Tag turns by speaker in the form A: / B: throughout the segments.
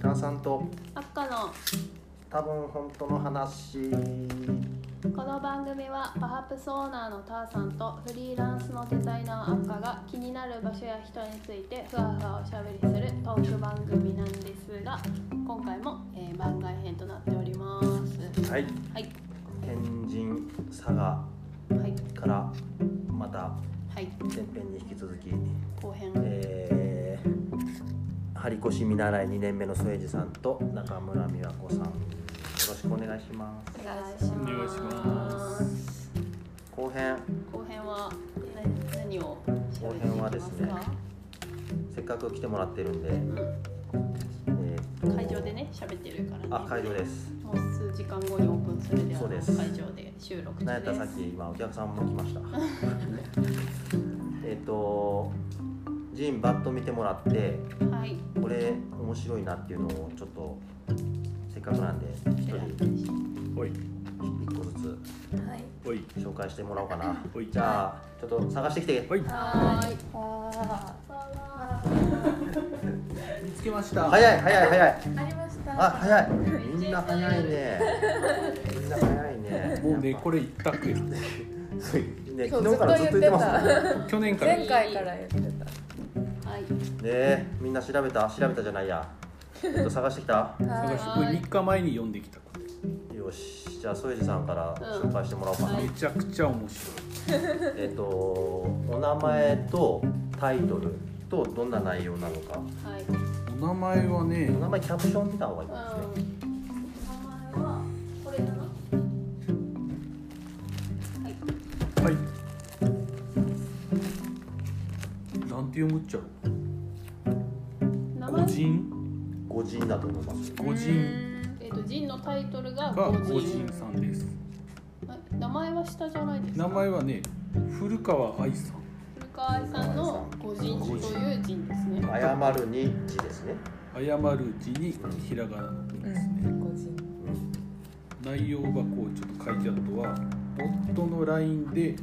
A: 原さんと
B: あっこの
A: 多分本当の話
B: この番組はパハプスオーナーのターさんとフリーランスのデザイナーアッカが気になる場所や人についてふわふわおしゃべりするトーク番組なんですが今回も、えー番外編となっております
A: はい
B: はい
A: 天神佐賀
B: はい
A: からまた
B: はい
A: 前編に引き続き
B: 後編
A: えー、張り越し見習い2年目の添地さんと中村美和子さんよろしくお願いします
B: お願いします
C: お願いします
A: 後編
B: 後編は何何を調べていきますか
A: 後編はですねせっかく来てもらってるんで、えー
B: う
A: と
B: ん、会場でね喋ってるからね
A: あ会場です
B: もう数時間後にオープンするであ
A: そ
B: ろ
A: う
B: う
A: です
B: 会場で収録
A: なんや
B: 中
A: っ
B: で
A: たら
B: す
A: さっき今お客さんも来ま したえっとジンバッと見てもらって
B: はい
A: これ面白いなっていうのをちょっとせっかくなんで一人
C: おい
A: 一個ずつ
D: はい。
C: おい
A: 紹介してもらおうかな
C: はい
A: じゃあちょっと探してきて
C: おい
B: はーい
D: あ
C: 見つけましたい
A: 早い早い早い
D: ーありました。
A: あ早いみんな早いねみんな早いね
C: もうねこ
A: れ
C: れ一択や
A: ね昨日からずっと言ってますね
C: 去年から
D: 前回から言って
B: はい
A: ねえみんな調べた調べたじゃないやえっと探してきた
D: た。
C: 探してこれ3日前に読んできた
A: よしじゃあ添地さんから紹介してもらおうかな、
B: うんはい
C: めちゃくちゃ面白い
A: えっとお名前とタイトルとどんな内容なのか
B: はい
C: お名前はね
A: お名前キャプション見た方がいい
B: うん
A: で
B: 名
A: すね、
B: 前はこれだなはい
C: はいなんて読むっちゃろ
B: 名
C: 五
B: 前
C: 人
A: 五人だと思います
C: 五人
B: えっ、と人のタイトルが
C: が
B: 五
C: 五
B: 人
C: 人さんです
B: はい名前は下じゃないですか
C: 名前はね古川愛さん
B: 古川愛さんの五人という人ですね
A: 謝るに字ですね、
C: 謝る字にひらがなの字ですね、
A: うん
C: 内容がこうちょっと書いてあるとは夫の LINE で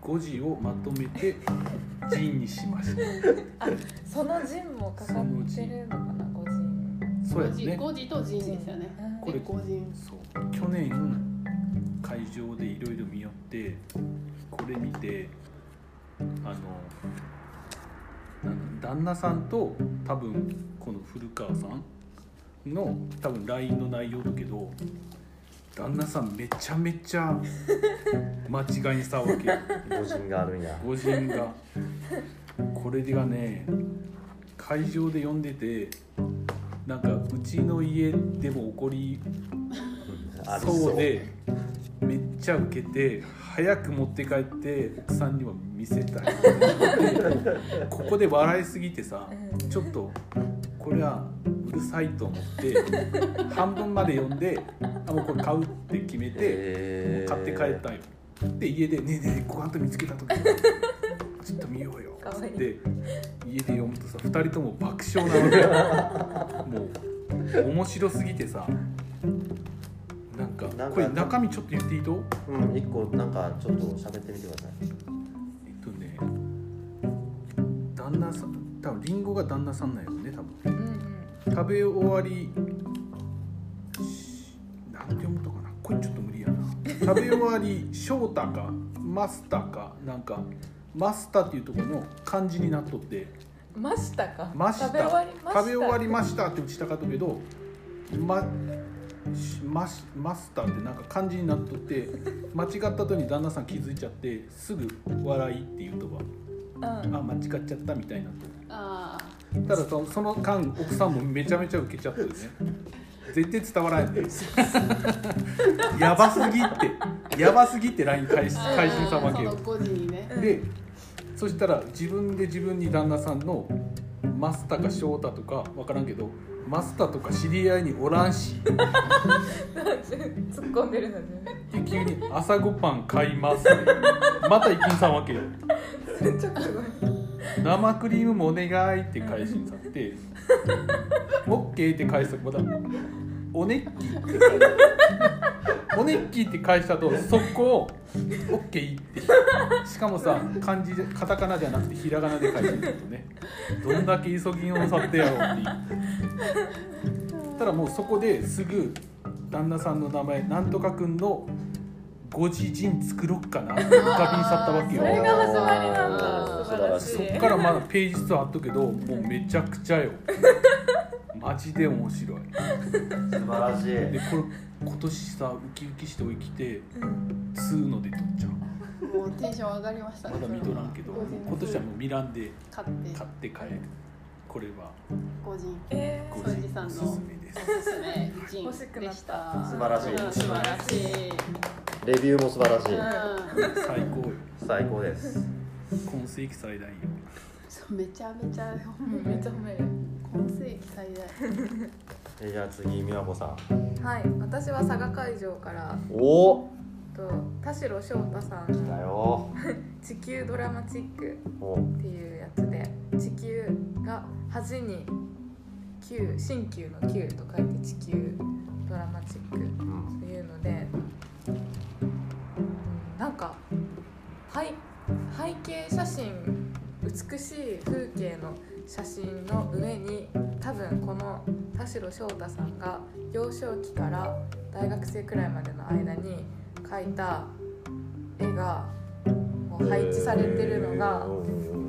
C: 5時をまとめて陣にしました
D: その陣もかかってるのかな、五陣。
C: そうやね
B: 五時と人ですよね
C: これ
B: で五人
C: そう去年会場でいろいろ見よってこれ見てあのなんだ旦那さんと多分この古川さんの多分 LINE の内容だけど旦那さんめちゃめちゃ 間違いにしたわけよ
A: 五人があるんや
C: 五人がこれがね会場で読んでてなんかうちの家でも起こり
A: あり
C: そうでめっちゃウケて早く持って帰って奥さんには見せたい ここで笑いすぎてさ
D: うん
C: ちょっとこれはうるさいと思って半分まで読んであもうこれ買うって決めて。
A: えー
C: 買って帰ったんよで家で「ねえねえご飯と見つけた時ちょっと見ようよ」
D: かわ
C: つ
D: い
C: っ
D: い
C: て家で読むとさ2人とも爆笑なのよもう面白すぎてさなんか
A: なんか
C: これ中身ちょっと言っていいと
A: うん一個なんかちょっと喋ってみてください
C: えっとね旦那さん多分リンゴが旦那さんなんやろね多分
D: うんうん。
C: 食べ終わりしなんて読むとかなこれちょっと無理やな食べ終わり翔太かマスターかなんかマスターっていうところの漢字になっとって
D: ましたか。
C: ました
D: 食べ終わりました。
C: 食べ終わりましたって打ちたかったけどましマスマスターってなんか漢字になっとって間違った後に旦那さん気づいちゃってすぐ「笑い」っていうとは
D: うん。
C: あ間違っちゃったみたいになって
B: あ
C: ただそその間奥さんもめちゃめちゃウケちゃってるね絶対伝わらないやばすぎってやばすぎって LINE 返し
B: ーあー
C: 返信さばけよ
B: その五時にね
C: でそしたら自分で自分に旦那さんのマスターか翔太とか分からんけどマスターとか知り合いにおらんし
D: 突っ込んでるのね。
C: で急に「朝ごはん買います」また一気にさんわけよ
D: ちょっとすごい。
C: 生クリームもお願いって返しにされて「オッケー」って返したまた「おねっき」って「おねっき」って返したとそこを「オッケー」ってしかもさ漢字でカタカナじゃなくてひらがなで返してるとねどんだけ急ぎをなさってやろうっていうたらもうそこですぐ旦那さんの名前なんとかくんのご自陣作ろっかなって浮かびに去ったわけ
D: それ
C: よ
D: が始まりなん
A: あー
D: だ素晴らしい
A: 素晴
C: そっからまだページ数はあったけどもうめちゃくちゃよ マジで面白い
A: 素晴らし
C: で
A: い
C: これ今年さウキウキしておいきて
D: うん
C: 2ので撮っちゃう
B: もうテンション上がりました
C: まだ見とらんけど今年はもうミランで
B: 買って
C: 買って帰るこれは
B: 個 人
D: え
C: ご
B: そうじさん
C: お
B: の
C: すすめです
B: おすすめ人
D: 欲しくなった
B: でした
A: 素晴らしい
B: うん素晴らしい
A: レビューも素晴らしい
B: うん
C: 最高よ
A: 最高です
C: 今世紀最大よ
B: そうめちゃめちゃ
D: ーめっちゃ褒める
B: 今世紀最大
A: えじゃあ次美和子さん
D: はい私は佐賀会場から
A: おお
D: と田代翔太さ
A: 来
D: ん
A: たよ
D: 「地球ドラマチック」
A: お
D: っていうやつで地球が端に球新旧の球と書いて地球ドラマチック
A: うん
D: というので、うん、なんか背背景写真美しい風景の写真の上に多分この田代翔太さんが幼少期から大学生くらいまでの間に描いた絵がこう配置されてるのが。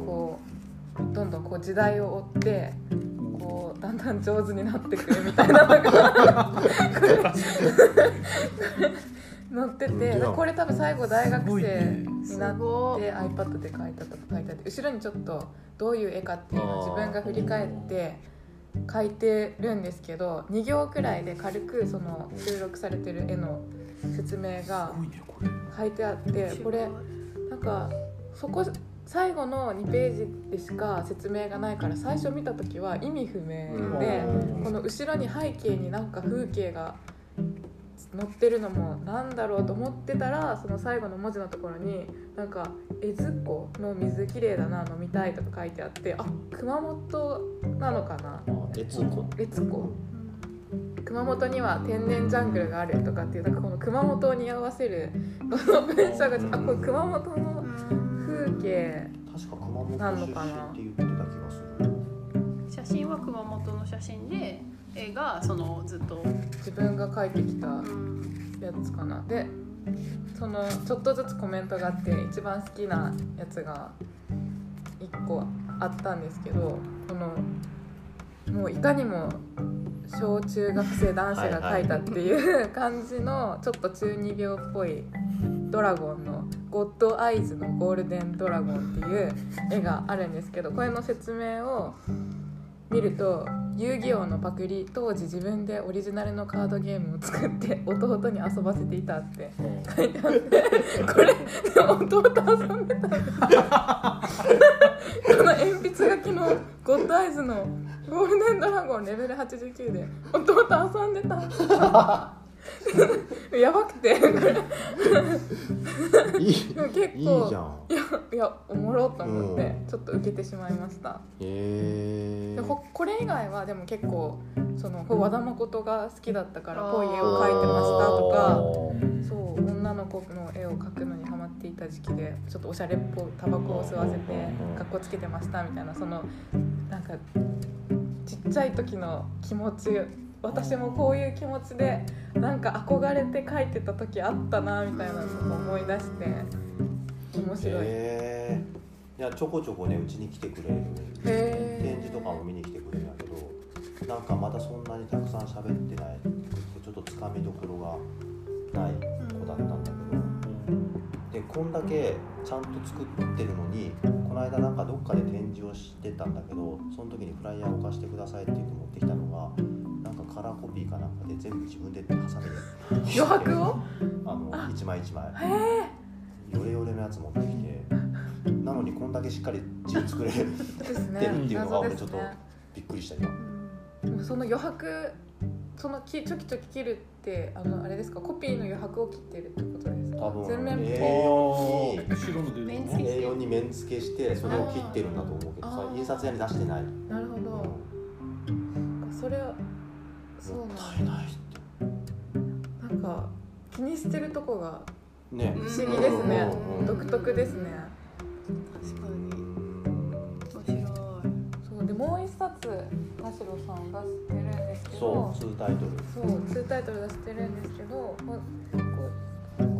D: こうどんどんこう時代を追ってこうだんだん上手になってくるみたいなのが 載って
A: うんい
D: て
A: や
D: これ多分最後大学
C: すごい
D: 生
C: ね
D: になって iPad で描いたとか書いてあって後ろにちょっとどういう絵かっていうのを自分が振り返って描いてるんですけど2行くらいで軽くその収録されてる絵の説明が
C: すごいねこれ
D: 書いてあってこれなんかそこ最後の2ページでしか説明がないから最初見た時は意味不明で
A: うん
D: この後ろに背景になんか風景が載ってるのもなんだろうと思ってたらその最後の文字のところになんか「江津湖の水きれいだな飲みたい」とか書いてあってあ熊本なのかな
A: えつこ
D: 江津湖熊本には天然ジャングルがあるとかっていうなんかこの熊本を似合わせるこの文章がちょっとあこれ熊本の風景
A: 確か熊本
D: なのかな
A: 出身って言ってた気がする
B: 写真は熊本の写真で絵がそのずっと、
D: 自分が書いてきた
B: うん
D: やつかなでそのちょっとずつコメントがあって一番好きなやつが1個あったんですけどこのもういかにも小中学生男子が書いたっていう 感じのちょっと中二病っぽいドラゴンの「ゴッドアイズのゴールデンドラゴン」っていう絵があるんですけどこれの説明を見ると「遊戯王のパクリ当時自分でオリジナルのカードゲームを作って弟に遊ばせていた」って書いてあってこれ弟遊んでたんだこの鉛筆書きの「ゴッドアイズのゴールデンドラゴンレベル89で弟遊んでた やばくてこれ
A: いい
D: でも結構
A: いいじゃん
D: いやおもろと思って、
A: う
D: ちょっと受けてしまいました
A: へえ
D: でほこれ以外はでも結構その和田誠が好きだったからこういう絵を描いてましたとかそう女の子の絵を描くのにハマっていた時期でちょっとおしゃれっぽいタバコを吸わせてかっこつけてましたみたいなそのなんかちっちゃい時の気持ち私もこういう気持ちでなんか憧れて描いてた時あったなみたいなのを思い出して面白
A: へ
D: い。
A: えいやちょこちょこねうちに来てくれる
D: へー
A: 展示とかも見に来てくれるんだけどなんかまだそんなにたくさん喋ってないちょっとつかみどころがない子だったんだけどでこんだけちゃんと作ってるのにこの間なんかどっかで展示をしてたんだけどその時にフライヤーを貸してくださいって言って持ってきたのがなんかカラーコピーかなんかで全部自分でハサミで
D: 余白を
A: あの一枚一枚
D: へえ
A: ヨレヨレのやつ持ってきてなのにこんだけしっかり自由作れる
D: です
A: ってるっ
D: ね
A: ていうのが
D: 謎
A: 俺
D: で
A: ち
D: す
A: ょっと
D: ね
A: びっくりした今
D: でもその余白そのきちょきちょき切るってあのあれですかコピーの余白を切ってるってことですか
A: 多分
D: 全面
A: え
D: え
A: ー
C: あー後ろの出る
B: 面積
A: A4 に面付けしてそれを切ってるんだと思うけど
D: あ
A: さ
D: ー
A: 印刷屋に出してない
D: なるほ
A: も
D: どなんかそれはそう
A: ったいないって
D: なんなんか気にしてるとこが
A: ね
B: うん
D: 不思議ですね
A: うん
D: 独特ですね
B: 確か
A: う
B: に
A: ん
B: 面白い
D: そうでもう一冊
E: 田代さんがしてるんですけど
A: そう2タイトル
D: そう2タイトル出してるんですけどここ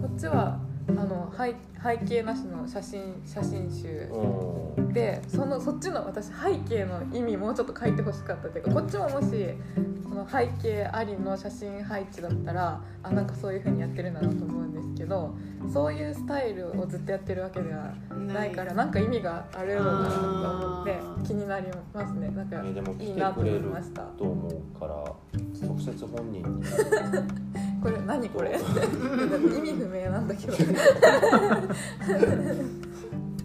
D: こっちはあの背背景なしの写真写真集
A: うん
D: でそのそっちの私背景の意味もうちょっと書いてほしかったというかこっちももしその背景ありの写真配置だったらあなんかそういう風にやってるんだなと思うんですけどそういうスタイルをずっとやってるわけではないからなんか意味があるのかなと思って気になりますねなんか
A: えでも
D: い
A: 来
D: い
A: て
D: なと
A: く
D: 思
A: れ
D: い
A: る
D: ました
A: と思うから直接本人に
D: これ何これ意味不明なんだけど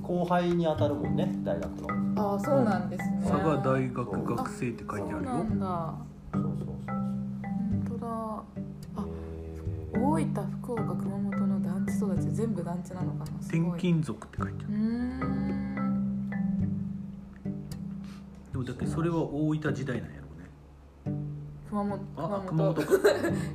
A: 後輩に当たるもんね大学の
D: ああそうなんですね
C: 佐賀大学学生って書いてあ
E: そう
C: る
E: な
C: よ
E: んだ本
A: そうそう
E: 当だ
A: そうそう
E: あ
A: へー
E: 大分福岡熊本の団地育ち全部団地なのかなす
C: 転
E: ごい
C: 勤族って書いてあ
E: うーん
C: るでもだけどそれは大分時代なんやろうね
E: 熊本
C: あ
E: 熊
C: あ熊
E: 本
C: 本か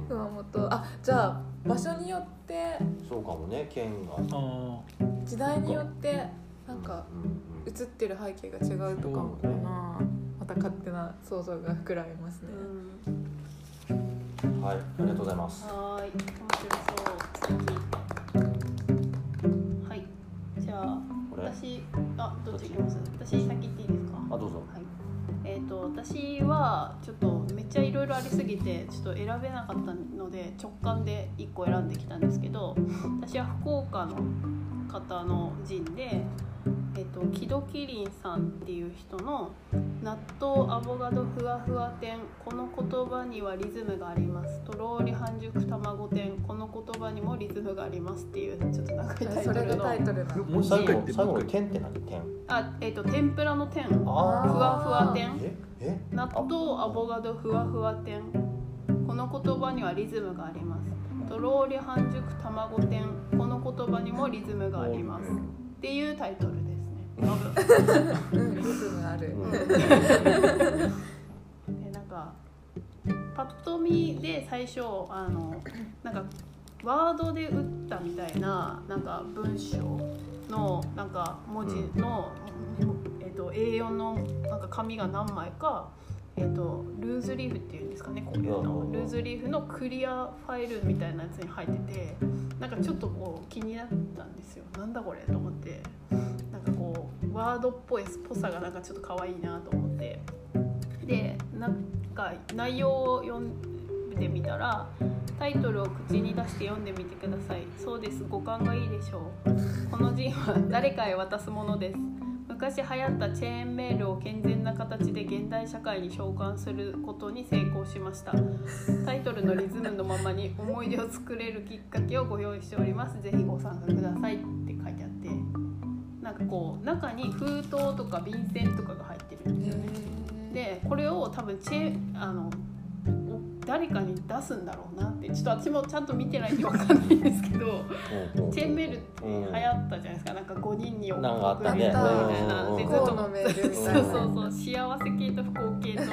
D: 熊本あじゃあ場所によって
A: そうかもね県が
C: あ
D: 時代によってなんか
A: うんうん
D: 映ってる背景が違うとかも
A: そうね
D: まあまた勝手な想像が膨らみますね、
B: うん
A: はいありがとうございます
B: はーい面白そうはいじゃあ
A: これ
B: 私あどっち行きます私先行っていいですか
A: あどうぞ
B: はい、えっ、と私はちょっとめっちゃいろいろありすぎてちょっと選べなかったので直感で1個選んできたんですけど私は福岡の方の陣で、えっと木戸キリンさんっていう人の「納豆アボカドふわふわ店この言葉にはリズムがあります」「とろーり半熟卵店この言葉にもリズムがあります」っていうちょっと長い
D: じゃあ
B: タイト
D: それ
B: ル
D: が
B: の
D: タイトルな
C: あ
D: の
C: もう一回
A: 最
C: 言っ
A: 後
C: て
A: 最
C: も
A: 後
C: う
A: の
C: 一回
A: 点って何点
B: あ、えっと天ぷらの天ふ
A: あー
B: わふわ店
A: ええ
B: 納豆アボガドふわふわ店この言葉にはリズムがありますとろーり半熟卵店この言葉にもリズムがありますっていうタイトルですね多分
D: うんリズムある、
A: うん
B: でなんかパッと見で最初あのなんかワードで打ったみたいななんか文章のなんか文字の、えっと A4 のなんか紙が何枚か、えっとルーズリーフっていうんですかねこういう
A: うんうんう
B: の
A: ん
B: ルーズリーフのクリアファイルみたいなやつに入っててなんかちょっとこう気になったんですよなんだこれと思ってなんかこうワードっぽいっぽさがなんかちょっと可愛いなと思ってでなんか内容を読んでみたらタイトルを口に出して読んでみてくださいそうです五感がいいでしょうこの陣は誰かへ渡すものです昔流行ったチェーンメールを健全な形で現代社会に召喚することに成功しましたタイトルのリズムのままに思い出を作れるきっかけをご用意しておりますぜひご参加くださいって書いてあってなんかこう中に封筒とか便箋とかが入ってるんですよねでこれを多分チェあのお誰かに出すんだろうなってちょっと私もちゃんと見てないんでわかんないんですけど チェーンメールって流行ったじゃないですかなんか5人に送
A: なんかあった
B: るみ
A: ね
B: たいな
A: うん
B: で
A: うん
B: ずっ
D: こ
B: と
D: うのメールみ
B: そ
D: た
B: う
D: い
B: そ
D: な
B: うそう幸せ系と不幸系と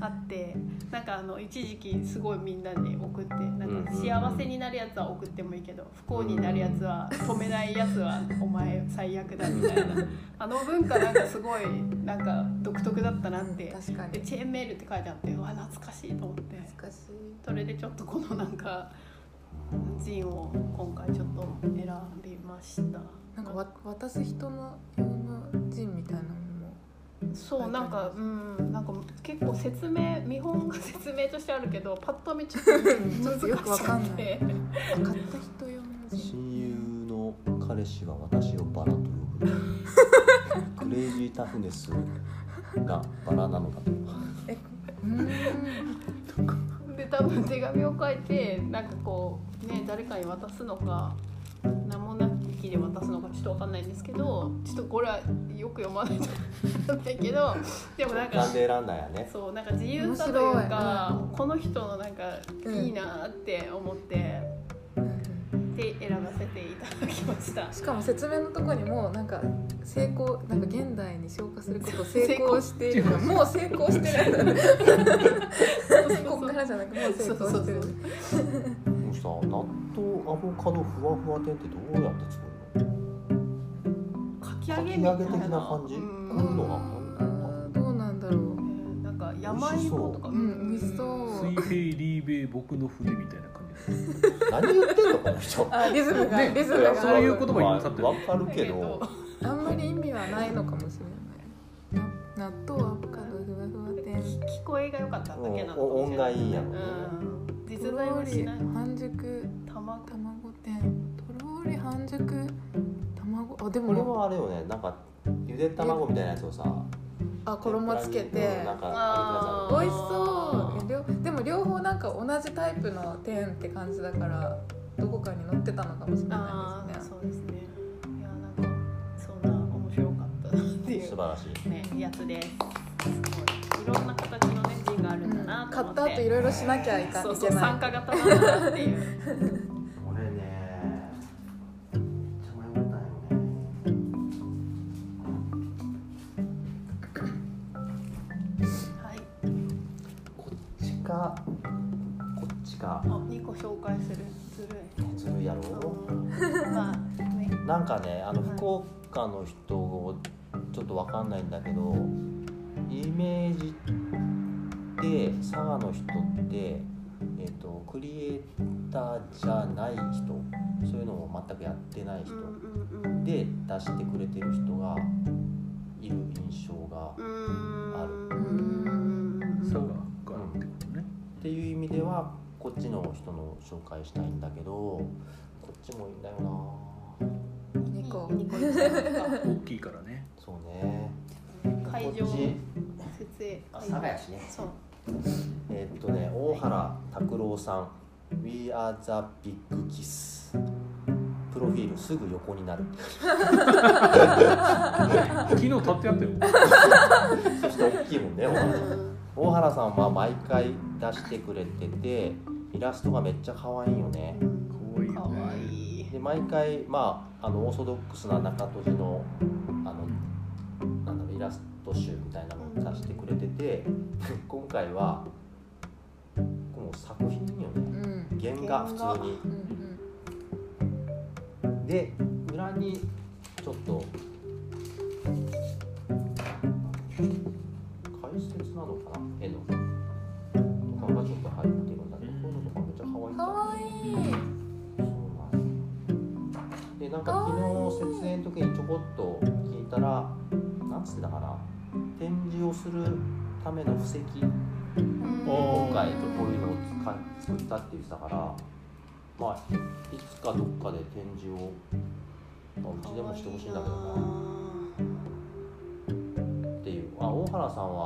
B: あってなんかあの一時期すごいみんなで送ってなんか幸せになるやつは送ってもいいけど不幸になるやつは止めないやつはお前最悪だみたいなあの文化なんかすごいなんか独特だったなって
D: 確か
B: で
D: に
B: チェーンメールって書いてあってうわ懐かしいと思って
D: 難しい
B: それでちょっとこのなんかジンを今回ちょっと選びました
D: なんかわ渡す人の用の人みたいなのも
B: そうなんかうんなんか結構説明見本が説明としてあるけどパッと見ち ょっと難しくて
D: よくわかんないあ買った人用の人
A: 親友の彼氏は私をバラと呼ぶクレイジータフネスがバラなのだと
D: うん
B: で多分手紙を書いてなんかこうね誰かに渡すのか名もなき木で渡すのかちょっとわかんないんですけどちょっとこれはよく読まないとなんだけどでもなんか
A: なんで選んだんやね
B: そうなんか自由さというかこの人のなんかいいなって思って、で選ばせていただきました。
D: しかも説明のとこにもなんか成功なんか現代に消化することを成功しているもう成功してるここからじゃなくもう成功してる
B: そう
A: もうさ納豆アボカドふわふわ天ってどうやって作るの
B: かき揚げみたいな
A: かき揚げ的な感じ
B: うん
A: こういうのが
D: あーどうなんだろう
B: なんか山甘いものとか
E: う
B: うん
E: ん、美味しそう。
C: 水平リーベイ僕の船みたいな感じです
A: 何言ってんのこの人
D: あリズムが、
C: ね
D: リズム
C: い
D: が
C: やそういうことも今立ってる
A: わかるけど
D: あんまり意味はないのかもしれ
E: 納豆アボカドふわふわ店。
B: 聞聞こえが良かっただけなのか
A: お
B: もし
A: 音
B: れな
A: が
B: い
A: いいやろ、
B: うん実
E: と
B: 在
E: ろ
B: はし
E: り
B: ない
E: 半熟
B: 卵
E: 卵店。とろり半熟卵。あで
A: これ
E: も
A: はあれよねなんかゆで卵みたいなやつをさ
D: ないあ衣つけて
A: うんなんかあ
B: あ
A: れ
D: 美味しそうえ両でも両方なんか同じタイプの天って感じだからどこかに載ってたのかもしれ
B: あ
D: な
B: あー
D: いですね
B: そうですねいやなんかそんな面白かったなって
A: や
B: い
A: つ素晴
B: う
A: らしい
B: ねやつですすごいいろんな形のね瓶があるんだなと
D: 買
B: 思
D: っ
B: って、
D: た後いろいろしなきゃいか
B: そう
D: い
B: そ
D: け
B: う
D: ない
B: 参加型なんだなっていう
A: これねめっちゃ迷ったよね
B: はい
A: こっちかこっちか
B: あ二個紹介するずるい
A: ずるいや
B: あ
A: ろ
B: のまあね
A: なんかねあの
B: はい
A: 福岡の人をちょっとわかんないんだけどイメージで佐賀の人って、えー、とクリエイターじゃない人そういうのを全くやってない
B: うん
A: 人
B: うんうん
A: で出してくれてる人がいる印象が
B: うーん
A: ある
C: 佐賀からってことね
A: っていう意味ではこっちの人の紹介したいんだけどこっちもいいんだよな
D: 2個
B: 二個いっちゃった
C: 大きいからね
A: そうね
B: 会
A: こ
B: 場
A: っち
B: 設営
A: あ佐賀やしね
B: そう
A: えっとね大原拓郎さん「We are the big kiss」プロフィールすぐ横になる
C: 昨日立ってあったよ
A: そして大きいもん ね大原さん大原さんは毎回出してくれててイラストがめっちゃ可愛いよね
C: 可愛い
B: か
C: よ
B: わ
C: ね
B: いい
A: で毎回まああのオーソドックスな中閉じのあのなんだろうイラスト集みたいなのを出してくれてて 今回はもう作品よね
D: うんうん
A: 原画普通に
D: うん
A: で裏にちょっと解説なのかな絵のとかがちょっと入ってるんだけどこういうのとかめっちゃ可愛いん
D: か
A: だ
D: わいい
A: そうなんでなんか昨日設営の時にちょこっと聞いたらなんつってたかな展示をするための布石今回ちょっとこういうのを使い作ったって言ってたからまあいつかどっかで展示を、まあ、うちでもしてほしいんだけどなっていうあ大原さんは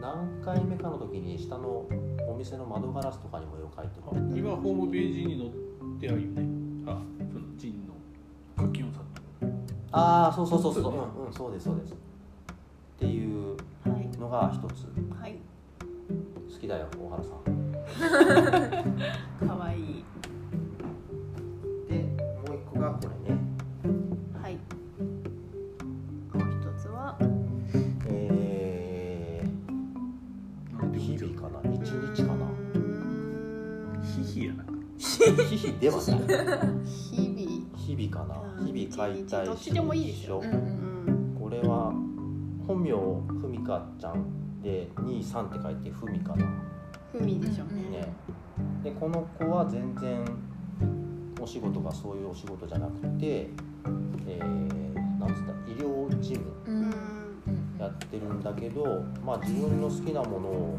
A: 何回目かの時に下のお店の窓ガラスとかにも絵を描いてもらったり
C: 今ホームページに載ってあるよねあそのジンの課金をさ
A: ああそうそうそうそう、うんうん、そうですそうですっていう
B: はい
A: のが一つ
B: はい
A: 好きだよ大原さん
B: かわいい
A: でもう一個がこれね
B: はいもう一つは
A: え
C: なん
A: ー、
C: て読
A: 日
C: むじゃん
A: 々かな一日かな
C: ヒヒやな
A: 日々ではない
B: 日々
A: 日々かな日々解体
B: どっちでもいいですよ
D: うんう
B: うんん
A: これは本名ふみかちゃんで23って書いてふみかな
B: ふみでしょうね
A: ねでこの子は全然お仕事がそういうお仕事じゃなくてえー、なんつった医療事務
D: う
B: うんん
D: うん
A: やってるんだけどまあ自分の好きなものを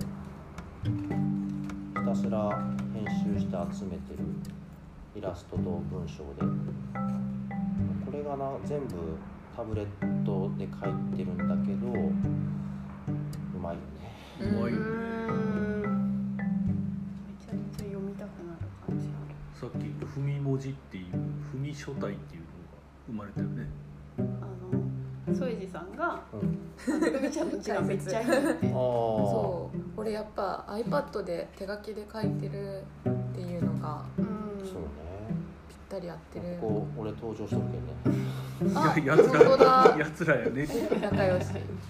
A: ひたすら編集して集めてるイラストと文章でこれがな全部タブレットで書いてるんだけどうまいよね
C: 可愛いよ
B: う
C: ね
B: んめちゃめちゃ読みたくなる感じある
C: さっき「踏み文字」っていう「踏み書体」っていうのが生まれたよね
B: あの添治さ んが
A: うん
B: 「ふみちゃんの字がめっちゃいい」って
A: ああ
D: そう俺やっぱ iPad で手書きで書いてるっていうのが
B: うん
A: そう
D: ぴったり合って
A: ね
D: る
A: ここ俺登場しとるけんね
D: あ
C: いややつ
D: 本当だ
C: らやつらやね
D: 仲良し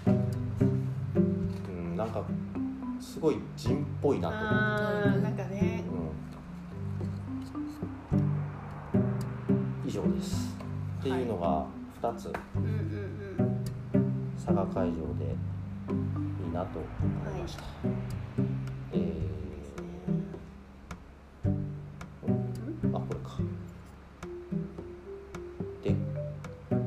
A: うんなんかすごい人っぽいな
B: あーなんかね
A: と思う、うん、以上ですっていうのが2つ、
B: うんうんうん
A: 佐賀会場で見いなと思いました、えーあこれかで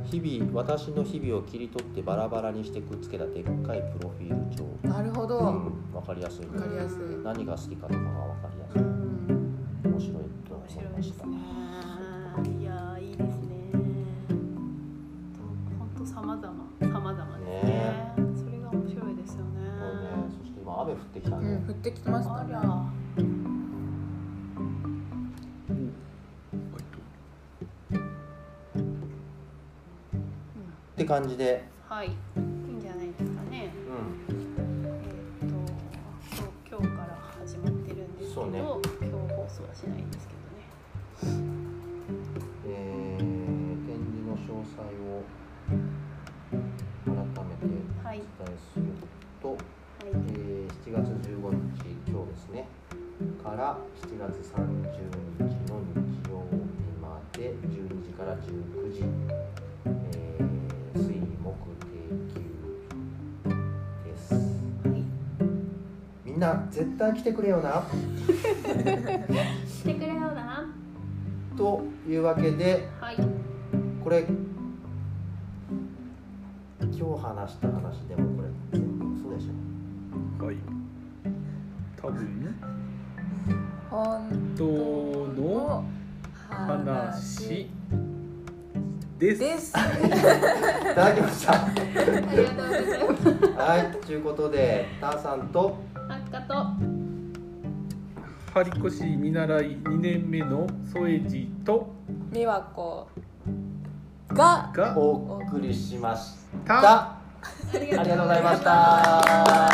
A: 日々私の日々を切り取ってバラバラにしてくっつけたでっかいプロフィール帳
D: なるほど、
A: う
D: わ
A: ん、わかりやすいね
D: かりやすい、
A: 何が好きかとかがわかりやすい面白いと
B: 面
A: 思
B: 白
A: い
B: い
A: ま
B: で
A: し
B: す
A: た
B: ね。いやーいいですね。本当様々様々ですね
A: ね
B: それが面白いですよね。
A: そうねそして今雨降ってきた
D: う
A: ね、
D: ん、降ってきてました
B: あ
D: ね
B: ら、
C: 割と
A: って感じで、
B: はい、いいんじゃないですかね。
A: うん、
B: えっ、と今日今日から始まってるんですけ
A: そ
B: ど、
A: うね
B: 今日放送はしないんですけどね。
A: えー、展示の詳細を改めて
B: はい
A: お伝えすると、
B: はい
A: えー7月15日今日ですねから7月30日の日曜日まで12時から19時、えー水木定休です
B: はい。
A: みんな絶対来てくれよな
B: してくれよな。
A: というわけで
B: はい。
A: これ今日話した話でもこれ全部嘘でし
C: はい多分
D: 本
C: と
D: 当
C: の
D: の
C: 話です
D: です
A: ょいただきました
B: ありがとうござい ます。
A: はいということでターさんと
B: あっかと。
C: 張り越し見習い2年目の添えじと
D: 美和子が
C: が
A: お送りしましたたありがとうございました